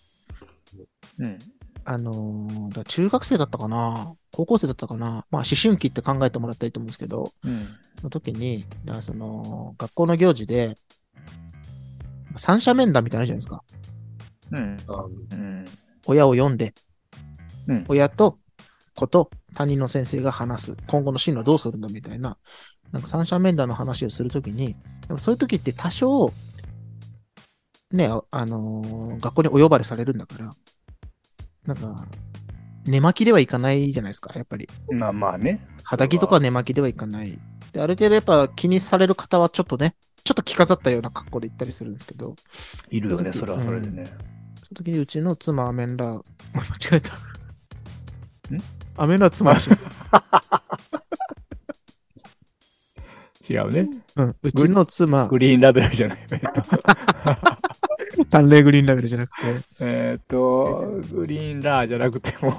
Speaker 2: うん
Speaker 1: あのーだから中学生だったかな、高校生だったかな、まあ思春期って考えてもらったらいいと思うんですけど、
Speaker 2: うん
Speaker 1: の時に、だからその学校の行事で、三者面談みたいなのあるじゃないですか。
Speaker 2: うん
Speaker 5: あ
Speaker 2: うん
Speaker 1: 親を読んで、
Speaker 2: うん
Speaker 1: 親と子と他人の先生が話す。今後の進路はどうするんだみたいな、なんか三者面談の話をするときに、でもそういう時って多少、ね、ああのー学校にお呼ばれされるんだから、なんか、寝巻きではいかないじゃないですか、やっぱり。
Speaker 2: うん。まあまあね。
Speaker 1: 肌着とか寝巻きではいかない。で、ある程度やっぱ気にされる方はちょっとね、ちょっと着飾ったような格好で行ったりするんですけど、
Speaker 2: いるよね、それはそれでね。
Speaker 1: その時にうちの妻、アメン ラ、間違えた。
Speaker 2: ん
Speaker 1: アメンラは妻らしい、
Speaker 2: 違うね。
Speaker 1: うん、うちの妻、
Speaker 2: グリーンラベルじゃない。 えっと、
Speaker 1: 淡麗グリーンラベルじゃなくて、
Speaker 2: えっとグリーンラーじゃなくても、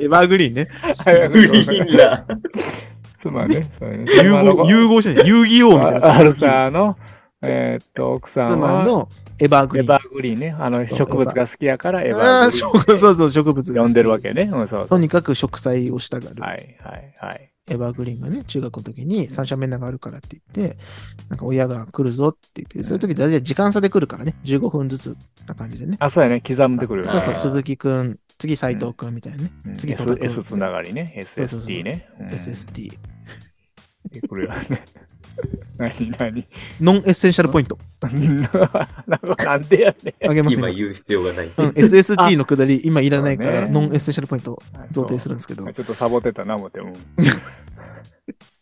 Speaker 1: エバーグリーン ね。
Speaker 5: グリ ーンだ。
Speaker 2: 妻ね。そうね
Speaker 1: 融合、融合じゃない、遊戯王みたいな。
Speaker 2: アルサーの、えっと、奥さん
Speaker 1: 妻
Speaker 2: は、
Speaker 1: のエバーグ
Speaker 2: エ
Speaker 1: リーン
Speaker 2: バ。ーグリーンね。あの、植物が好きやから、エ
Speaker 1: あ
Speaker 2: バ
Speaker 1: あ、
Speaker 2: ーグリ
Speaker 1: そ
Speaker 2: ーン。
Speaker 1: うそうそう、植物が
Speaker 2: 呼んでるわけね。うん、そうそ
Speaker 1: と
Speaker 2: う。
Speaker 1: にかく植栽をしたがる。
Speaker 2: はい、はい、はい。
Speaker 1: エバーグリーンがね、中学の時に三者面談があるからって言って、なんか親が来るぞって言って、そういう時大体時間差で来るからね、15分ずつな感じでね。
Speaker 2: あ、そうやね。刻んでくるよね。
Speaker 1: そうそう、
Speaker 5: あー
Speaker 1: 鈴木くん、次斉藤くんみたいなね、
Speaker 2: うん
Speaker 1: 次
Speaker 2: S,
Speaker 1: 戸田君
Speaker 2: S つながりね。
Speaker 1: そうそうそう
Speaker 2: SSD ね。うん
Speaker 1: SSD。
Speaker 2: でこれはね。何何
Speaker 1: ノンエッセンシャルポイント。
Speaker 2: なんでやね
Speaker 1: あげます
Speaker 5: 今
Speaker 1: ね。
Speaker 5: 言う必要がない。
Speaker 1: うん SSD のくだり、今いらないか
Speaker 2: そう
Speaker 1: ら、
Speaker 2: ね
Speaker 1: ノンエッセンシャルポイント
Speaker 2: ん。
Speaker 1: 贈呈するんですけど
Speaker 2: そう。、ちょっとサボってたな、思って。うん。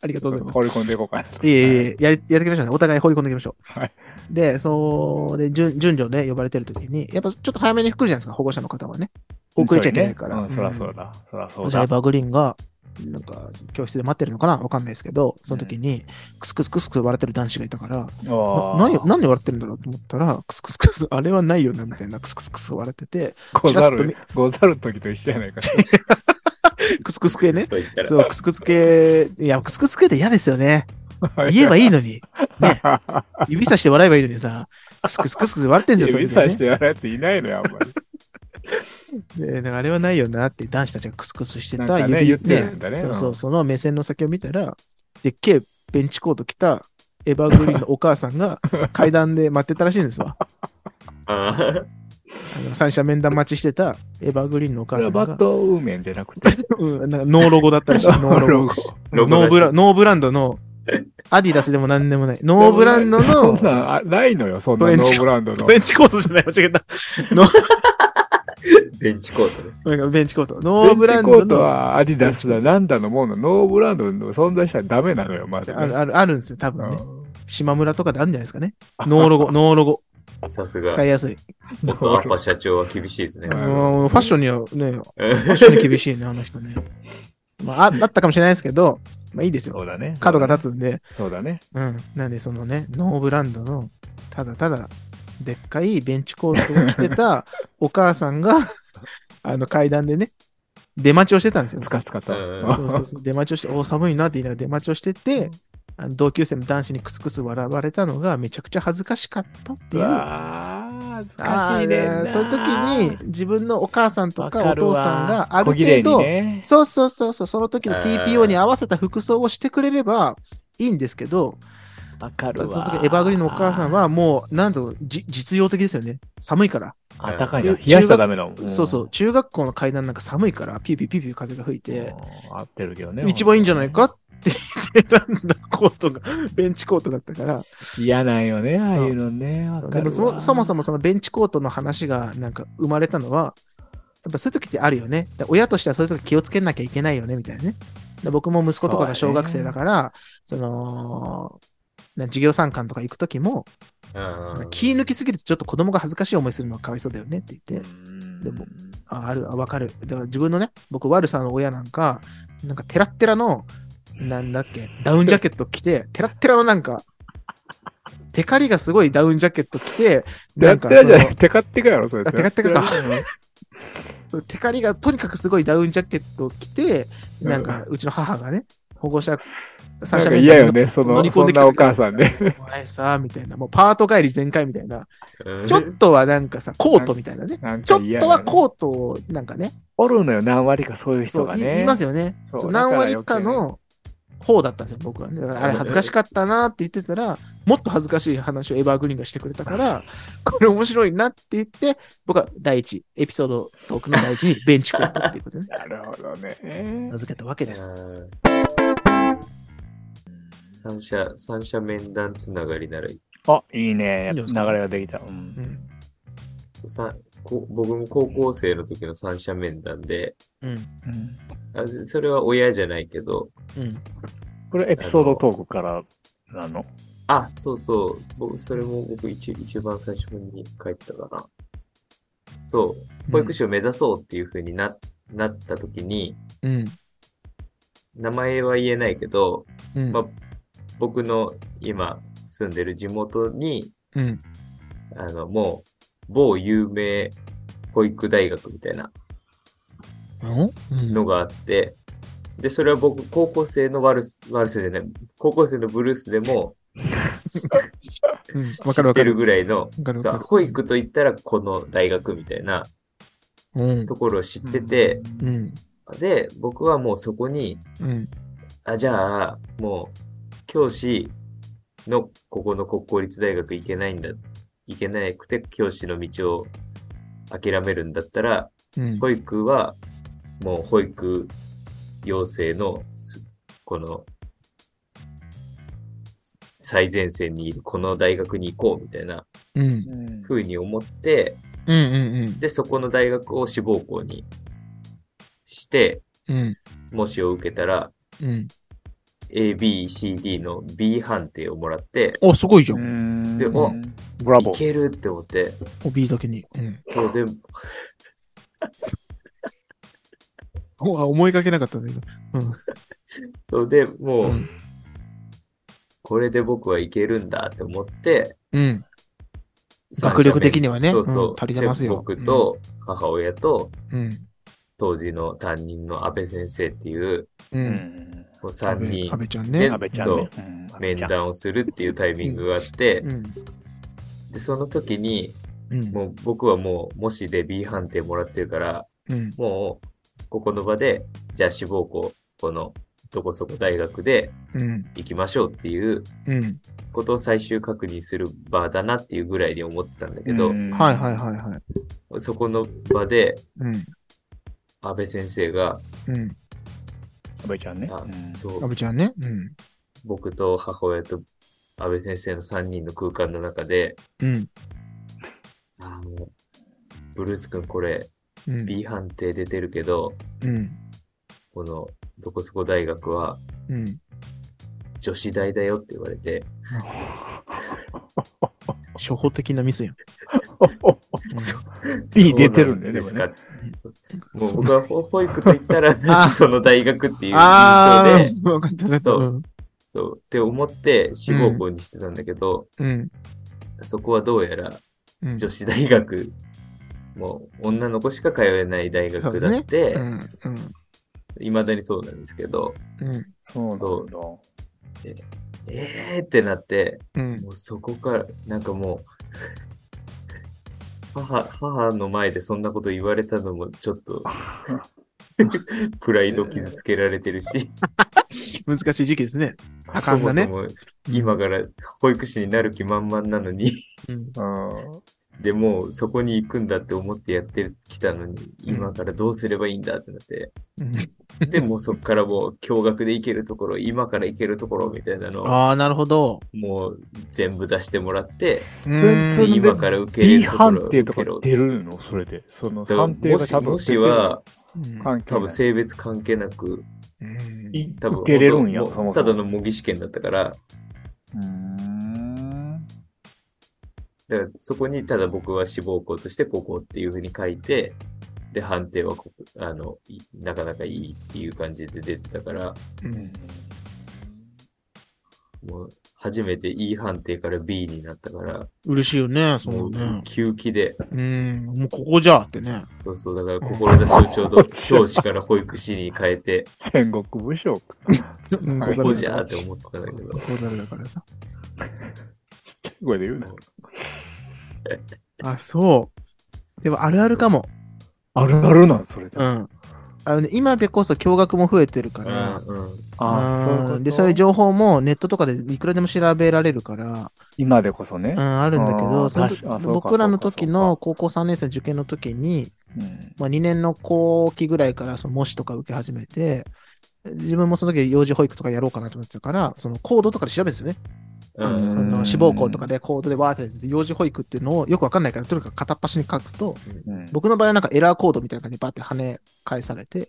Speaker 1: ありがとうございます。
Speaker 2: 放り込んでいこうかな。
Speaker 1: いえいえいえ、やりやっていきましょうね。お互い放り込んでいきましょう。
Speaker 2: はい
Speaker 1: で、そう、で、順順序で呼ばれてる時に、やっぱちょっと早めに来るじゃないですか、保護者の方はね。遅れちゃいけないから。
Speaker 2: うん、そらそうだ。そらそう
Speaker 1: ジャ
Speaker 2: だ
Speaker 1: イ。バーグリーンが、なんか、教室で待ってるのかなわかんないですけど、その時に、クスクスクスクス笑ってる男子がいたから、な
Speaker 2: おー
Speaker 1: 何、何笑ってるんだろうと思ったら、クスクスクス、あれはないよな、みたいな、クスクスクス笑ってて、
Speaker 2: ござ
Speaker 1: ちらっと見
Speaker 2: る、ござる時と一緒やな いか。
Speaker 1: クスクス系ね。
Speaker 5: そう言ったら
Speaker 1: そう、クスクス系、いや、クスクス系って嫌ですよね。言えばいいのに、指さして笑えばいいのにさ、クスクスクスクス笑ってんすよ、それ
Speaker 2: 指
Speaker 1: でね
Speaker 2: さしてやるやついないのよ、あんまり。
Speaker 1: でなんかあれはないよなって男子たちがクスクスしてた
Speaker 6: なんかね言ってるんだね
Speaker 1: そう
Speaker 6: うん
Speaker 1: そうその目線の先を見たら、でっけえベンチコート着たエバーグリーンのお母さんが階段で待ってたらしいんですわ。あ
Speaker 5: あー
Speaker 1: の三者面談待ちしてたエバーグリーンのお
Speaker 2: こ
Speaker 1: 母
Speaker 2: れ
Speaker 1: さ
Speaker 2: は
Speaker 1: ん
Speaker 2: バッ
Speaker 1: が、
Speaker 2: ドウーメンじゃなく て、
Speaker 1: うん、なんかノーロゴだった らしい。ノーロゴ。
Speaker 2: ゴ。
Speaker 5: ロゴ
Speaker 1: ノーブ
Speaker 5: ら
Speaker 1: ラ
Speaker 5: しい
Speaker 1: ノーブランド の、アディダスでも何でもない。ノーブランド
Speaker 2: そん
Speaker 1: の
Speaker 2: なんあないのよ、そん
Speaker 1: トレン
Speaker 2: なノ
Speaker 1: チ
Speaker 2: ーブランド の
Speaker 1: ベ。ンチコートじゃない、間違えた。
Speaker 5: ベンチコートね。
Speaker 1: なんかベンチコート。ノ
Speaker 2: ベ
Speaker 1: ー
Speaker 2: ン
Speaker 1: ブ
Speaker 2: チ
Speaker 1: ラン
Speaker 2: コ
Speaker 1: ド
Speaker 2: ート
Speaker 1: の、
Speaker 2: はアディダスだ、なんだのもの、ノーブランドの存在したらダメなのよ、まずね、
Speaker 1: あるあるあるんですよ、多分ね。
Speaker 2: うん
Speaker 1: 島村とかであるんじゃないですかね。ノーロゴ、ノーロ ゴ。
Speaker 5: さす
Speaker 1: 使い
Speaker 5: が。
Speaker 1: やすい。
Speaker 5: ちょっとアッパ社長は厳しいですね。
Speaker 1: あ
Speaker 2: ん
Speaker 1: のファッションにはね、ファッ
Speaker 5: う
Speaker 1: ションに厳しいね、あの人ね。まあ、ああったかもしれないですけど、まあいいです
Speaker 2: そ
Speaker 1: よ。
Speaker 2: うだね。
Speaker 1: 角が立つんで。
Speaker 2: つ。そうだね。
Speaker 1: うん。なんで、そのね、ノーブランドの、ただただ、でっかいベンチコートを着て たお母さんが、あの階段でね、出待ちをしてたんです よ。
Speaker 2: つかつかと。
Speaker 5: うん
Speaker 1: そうそうそう。出待ちをして、お寒いなって言いながら出待ちをしてて、あの同級生の男子にクスクス笑われたのがめちゃくちゃ恥ずかしかったっていう。
Speaker 2: わー、恥ず
Speaker 1: あ
Speaker 2: かしいねん
Speaker 1: ー
Speaker 2: な。
Speaker 1: そういう時に自分のお母さんとかお父さんがあ
Speaker 2: 小
Speaker 1: る
Speaker 2: 綺麗
Speaker 1: 程度、
Speaker 2: にね。
Speaker 1: そうそうそうそう、その時の
Speaker 5: あー
Speaker 1: TPO に合わせた服装をしてくれればいいんですけど、
Speaker 2: わか
Speaker 1: そ
Speaker 2: る
Speaker 1: の
Speaker 2: わ。
Speaker 1: 時エバーグリーンのお母さんはもう、なんとじ実用的ですよね。寒いから。
Speaker 2: あったかいな。冷やしたらダメだもん。
Speaker 1: そうそう、中学校の階段なんか寒いから、ピューピューピューピュー風が吹い
Speaker 2: うん。
Speaker 1: て、
Speaker 2: 合ってるけどね。
Speaker 1: 一番いいんじゃないかって言って 選んだコートが、ベンチコートだったから、
Speaker 2: 嫌なんよね、ああいうのね。わか
Speaker 1: で
Speaker 2: る
Speaker 1: もそ
Speaker 2: わ
Speaker 1: そもそもそのベンチコートの話がなんか生まれたのは、やっぱそういう時ってあるよね。だ親としてはそういう時気をつけなきゃいけないよね、みたいなね。だ僕も息子とかが小学生だから、そ,、の、な授業参観とか行く時も、
Speaker 5: ん
Speaker 1: 気抜きすぎるとちょっと子供が恥ずかしい思いするのはかわいそうだよねって言って、
Speaker 2: うん
Speaker 1: でもあ、ある、あわかる。だから自分のね、僕、悪さの親なんか、なんかテラッテラの、なんだっけ、ダウンジャケット着て、テラッテラのなんか、テカリがすごいダウンジャケット着て、
Speaker 2: や
Speaker 1: な
Speaker 2: っ
Speaker 1: ん
Speaker 2: て
Speaker 1: か
Speaker 2: ないじゃ
Speaker 1: そ
Speaker 2: な
Speaker 1: の
Speaker 2: いテカテカやろ、それ。
Speaker 1: あテカテカか
Speaker 2: うん
Speaker 1: テカリがとにかくすごいダウンジャケットを着て、なんかうちの母がね、保護者、
Speaker 2: な
Speaker 1: 三
Speaker 2: ん
Speaker 1: 者
Speaker 2: か
Speaker 1: 面
Speaker 2: 嫌よ
Speaker 1: 談で
Speaker 2: ね、そ
Speaker 1: 乗
Speaker 2: の、
Speaker 1: り込
Speaker 2: そ
Speaker 1: ん
Speaker 2: ん
Speaker 1: できた
Speaker 2: なお母さんね。
Speaker 1: お前さ、みたいな、もうパート帰り全開みたいな、
Speaker 5: うん
Speaker 1: ちょっとはなんかさ、コートみたいなね。
Speaker 2: なん
Speaker 1: ちょ
Speaker 2: か
Speaker 1: っ
Speaker 2: 嫌
Speaker 1: と
Speaker 2: よ
Speaker 1: は
Speaker 2: ね
Speaker 1: コートをなんかね、
Speaker 2: おるのよ、何割かそういう
Speaker 1: そ
Speaker 2: 人
Speaker 1: う
Speaker 2: が
Speaker 1: い
Speaker 2: ね。
Speaker 1: 言いますよね。
Speaker 2: そう
Speaker 1: そう
Speaker 2: だから
Speaker 1: 何割か
Speaker 2: 余
Speaker 1: の方だったんですよ、僕はね。だからあれ恥ずかしかったなって言ってたら、もっと恥ずかしい話をエバーグリーンがしてくれたから、これ面白いなって言って、僕は第一、エピソードトークの第一にベンチコートっていうことでね、
Speaker 2: なるほどね。
Speaker 1: 名付けたわけです。
Speaker 5: うん三者、三者面談つながりならいい。
Speaker 2: あ、いいね。
Speaker 1: いいんじ
Speaker 2: 流
Speaker 1: ゃないですか
Speaker 2: れができた。うん。
Speaker 1: うん。
Speaker 5: さこ僕も高校生の時の三者面談で、
Speaker 1: うん。
Speaker 2: うん
Speaker 5: あそれは親じゃないけど、
Speaker 1: うん。
Speaker 2: これエピソードトークからなの
Speaker 5: あ、そうそう。僕、それも僕一一番最初に書いてたかな。そう。保育士を目指そうっていう風にな,、なった時に、
Speaker 1: うん。
Speaker 5: 名前は言えないけど、
Speaker 1: うん
Speaker 5: まあ、僕の今住んでる地元に、
Speaker 1: うん。
Speaker 5: あの、もう、某有名保育大学みたいな
Speaker 1: うん
Speaker 5: のがあって、で、それは僕、高校生のワルス、ワルスじゃない、高校生のブルースでも
Speaker 1: うんわ
Speaker 5: 知
Speaker 1: かる
Speaker 5: っ
Speaker 1: わか
Speaker 5: てる
Speaker 1: る。
Speaker 5: ぐらいの、
Speaker 1: わかるわ
Speaker 5: さ
Speaker 1: かる。
Speaker 5: 保育と言ったらこの大学みたいな
Speaker 1: うん。
Speaker 5: ところを知ってて、
Speaker 1: うん。
Speaker 5: で、僕はもうそこに、
Speaker 1: うん。
Speaker 5: あ、じゃあ、もう、教師の、ここの国公立大学行けないんだ、行けなくて教師の道を諦めるんだったら、
Speaker 1: うん。
Speaker 5: 保育は、もう保育要請のす、この、最前線にいるこの大学に行こうみたいな
Speaker 1: うん。
Speaker 2: うん
Speaker 5: 風に思って、
Speaker 1: うん。うん。
Speaker 5: で、そこの大学を志望校にして、
Speaker 1: うん。
Speaker 5: 模試を受けたら、
Speaker 1: うん。
Speaker 5: A、B、C、D の B 判定をもらって、
Speaker 1: お、すごいじゃ。
Speaker 2: うんん
Speaker 5: でも
Speaker 2: ブラボ
Speaker 5: い
Speaker 2: ー。
Speaker 5: けるって思って、
Speaker 1: お、B だけに。うん。
Speaker 5: そうで、
Speaker 1: おあ、思いかけなかったんだけど。
Speaker 5: そうでもう、
Speaker 1: うん
Speaker 5: これで僕はいけるんだって思って、
Speaker 1: うん。学力的にはね
Speaker 5: そうそう、
Speaker 1: うん足りてますよ
Speaker 5: で僕と母親と、
Speaker 1: うん。
Speaker 5: 当時の担任の安倍先生っていう、
Speaker 1: う。
Speaker 2: うんん。
Speaker 5: こう
Speaker 1: 阿
Speaker 5: 3
Speaker 1: 部
Speaker 5: 人
Speaker 1: 安倍ちゃん
Speaker 5: で
Speaker 1: ね。
Speaker 2: 安倍ちゃんね。うん安
Speaker 5: 面
Speaker 2: 倍ちゃん
Speaker 5: 談をするっていうタイミングがあって、
Speaker 1: うん。
Speaker 5: でその時に、
Speaker 1: うん。
Speaker 5: もう僕はもう、もしで B 判定もらってるから、
Speaker 1: うん。
Speaker 5: もう、ここの場で、じゃあ志望校、この、どこそこ大学で
Speaker 1: うん。
Speaker 5: 行きましょうっていう
Speaker 1: うん。
Speaker 5: ことを最終確認する場だなっていうぐらいに思ってたんだけど、
Speaker 1: はいはいはいはい。
Speaker 5: そこの場で
Speaker 1: うん。
Speaker 5: 安倍先生が、
Speaker 1: うん。
Speaker 2: 安倍ちゃんね。
Speaker 5: あそ
Speaker 1: 阿
Speaker 5: う
Speaker 1: 部ちゃんね。うん。
Speaker 5: 僕と母親と安倍先生の3人の空間の中で、
Speaker 1: うん。
Speaker 5: あのブルース君これ
Speaker 1: うん。
Speaker 5: B 判定出てるけど、
Speaker 1: うん。
Speaker 5: このどこそこ大学は
Speaker 1: うん。
Speaker 5: 女子大だよって言われて、
Speaker 1: 初歩的なミスやん。
Speaker 5: そ
Speaker 2: B 出てるんだよね
Speaker 5: そうなんですか
Speaker 1: うん
Speaker 5: もう僕は保保育と 言った
Speaker 1: あ
Speaker 5: ら、その大学っていう
Speaker 1: あ
Speaker 5: 印象で、
Speaker 1: あ、わかったわかった。
Speaker 5: そうそうって思って志望校にしてたんだけど、
Speaker 1: うん。うん。
Speaker 5: そこはどうやら
Speaker 1: うん。
Speaker 5: 女子大学、もう女の子しか通えない大
Speaker 1: そう
Speaker 5: 学
Speaker 1: で
Speaker 5: だ
Speaker 1: すね
Speaker 5: って、
Speaker 1: う
Speaker 5: いま
Speaker 1: ん。うん。、
Speaker 5: 未だにそうなんですけど、
Speaker 1: うん。
Speaker 2: そうな
Speaker 5: えーってなって、
Speaker 1: うん。
Speaker 5: もうそこから、なんかもう、 母、母の前でそんなこと言われたのも、ちょっ と、プライド傷つけられてるし、
Speaker 1: 難しい時期ですね。あかん
Speaker 5: そも
Speaker 1: だね
Speaker 5: そ。も今から保育士になる気満々なのに、
Speaker 1: うん。
Speaker 2: んだ。うん。
Speaker 5: でもうそこに行くんだって思ってやってきたのに、今からどうすればいいんだってなって、
Speaker 1: うん
Speaker 5: で、もうそこからもう驚愕で行けるところ、今から行けるところみたいなのを、
Speaker 1: ああ、なるほど。
Speaker 5: もう全部出してもらって、
Speaker 1: う
Speaker 2: それ
Speaker 1: ん。
Speaker 2: で
Speaker 5: 今から受け入
Speaker 2: B
Speaker 5: れるところ
Speaker 2: 判定と
Speaker 5: 受け
Speaker 2: か
Speaker 5: ろ
Speaker 2: 出るのそれで。その
Speaker 5: だから
Speaker 2: 判定が多分
Speaker 5: も
Speaker 2: 出
Speaker 5: して
Speaker 2: る
Speaker 5: もしは、
Speaker 2: 関係
Speaker 5: 多
Speaker 2: ない
Speaker 5: 分性別関係なく、
Speaker 1: うん
Speaker 2: い
Speaker 5: 多分
Speaker 2: 受けれるんや、
Speaker 5: もう
Speaker 2: そもそ
Speaker 5: ただ
Speaker 2: も。
Speaker 5: の模擬試験だったから、
Speaker 2: うーん。
Speaker 5: だからそこにただ僕は志望校としてここっていうふうに書いて、で、判定はここあの、いなかなかいいっていう感じで出てたから、
Speaker 1: うん
Speaker 5: もう初めて E 判定から B になったから、
Speaker 1: 嬉しいよね、そ
Speaker 5: も
Speaker 1: のね
Speaker 5: う。急気で、
Speaker 1: うん。もうここじゃってね。
Speaker 5: そうそう、だから志をちょう ど教師から保育士に変え て、
Speaker 2: 戦国武将か。
Speaker 1: うん
Speaker 5: ここじゃーって思ってたんだけど
Speaker 1: こ。こだだからさ。
Speaker 2: これで言うな。
Speaker 1: あ、そう。でもあるあるかも。
Speaker 2: あるあるなん、それで。
Speaker 1: う
Speaker 2: あ
Speaker 1: ん。あのね、今でこそ驚愕も増えてるから、
Speaker 5: うんうん
Speaker 2: あ、そういうこと
Speaker 1: んで、そういう情報もネットとかでいくらでも調べられるから、
Speaker 2: 今でこそね
Speaker 1: うん、。あるんだけど、
Speaker 2: あー
Speaker 1: その
Speaker 2: 確かあそうか
Speaker 1: 僕らの時
Speaker 2: そうかそ
Speaker 1: の高校3年生の受験の時に、
Speaker 2: うん
Speaker 1: まあ、2年の後期ぐらいからその模試とか受け始めて、自分もその時幼児保育とかやろうかなと思ってたから、そのコードとかで調べてたよね。
Speaker 5: うん
Speaker 1: その志望校とかでコードでわーって出てて幼児保育っていうのをよくわかんないから、とにかく片っ端に書くと、
Speaker 2: うん
Speaker 1: 僕の場合はなんかエラーコードみたいな感じでバーって跳ね返されて、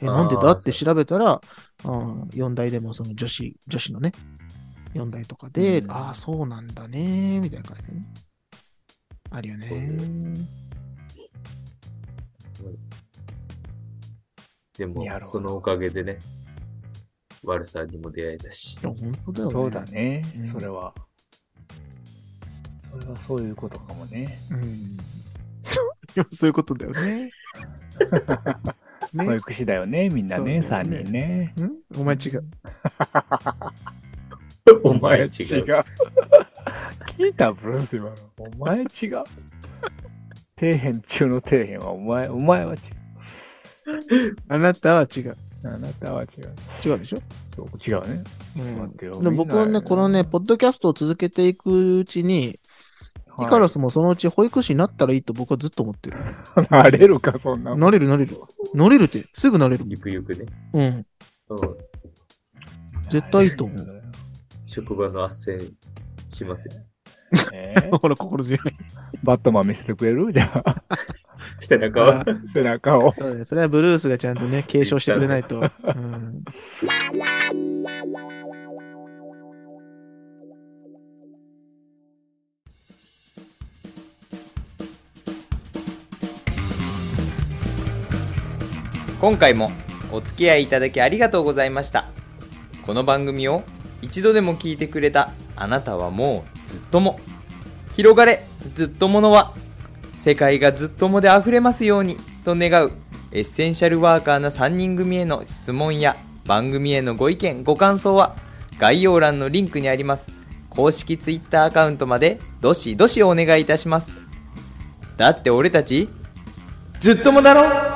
Speaker 1: え、
Speaker 5: あー
Speaker 1: なんでだって調べたら、うん、4代でもその女子、女子のね、4代とかで、
Speaker 5: うん
Speaker 1: ああ、そうなんだね、みたいな感じでね。あるよね。
Speaker 5: でも
Speaker 2: やろ、う
Speaker 5: そのおかげでね、悪さにも出会えたし
Speaker 1: い。や、本当だよね。
Speaker 2: そうだ。ね
Speaker 1: う、ん
Speaker 2: それは。それはそういうことかもね。
Speaker 1: うん。 そういやそういうことだよね。
Speaker 2: 保
Speaker 1: ね、
Speaker 2: 育士だよね、みんなね、
Speaker 1: そうだよね
Speaker 2: 3人ね。
Speaker 1: んお前違う。
Speaker 5: お前違う。
Speaker 2: 聞いた、ブルース、今の。お前違う。底辺中の底辺は、お前、お前は違う。
Speaker 1: あなたは違う。
Speaker 2: あなたは違う。
Speaker 1: 違うでしょ
Speaker 2: そう違うね。
Speaker 1: うん
Speaker 2: 待ってよ
Speaker 1: でも僕は
Speaker 2: みんな
Speaker 1: ね、このね、ポッドキャストを続けていくうちに、イ カロスもそのうち保育士になったらいいと僕はずっと思ってる。
Speaker 2: なれるか、そんな。
Speaker 1: なれるなれる。なれるって、すぐなれるも
Speaker 5: ゆくゆくね。
Speaker 1: ん。うん。
Speaker 5: うん。
Speaker 1: 絶対いいと思う
Speaker 2: う。
Speaker 5: 職場の斡旋します よ。
Speaker 2: え
Speaker 1: ほら、 心強い。
Speaker 2: バットマン見せてくれるじゃあ、
Speaker 5: 背中は。
Speaker 2: 背中を。
Speaker 1: そうだね。それはブルースがちゃんとね、継承してくれ ないと。うん。
Speaker 7: 今回もお付き合いいただきありがとうございましたこの番組を一度でも聞いてくれたあなたはもうずっとも広がれずっとものは世界がずっともであふれますようにと願うエッセンシャルワーカーな3人組への質問や番組へのご意見ご感想は概要欄のリンクにあります公式 Twitter アカウントまでどしどしお願いいたしますだって俺たちずっともだろ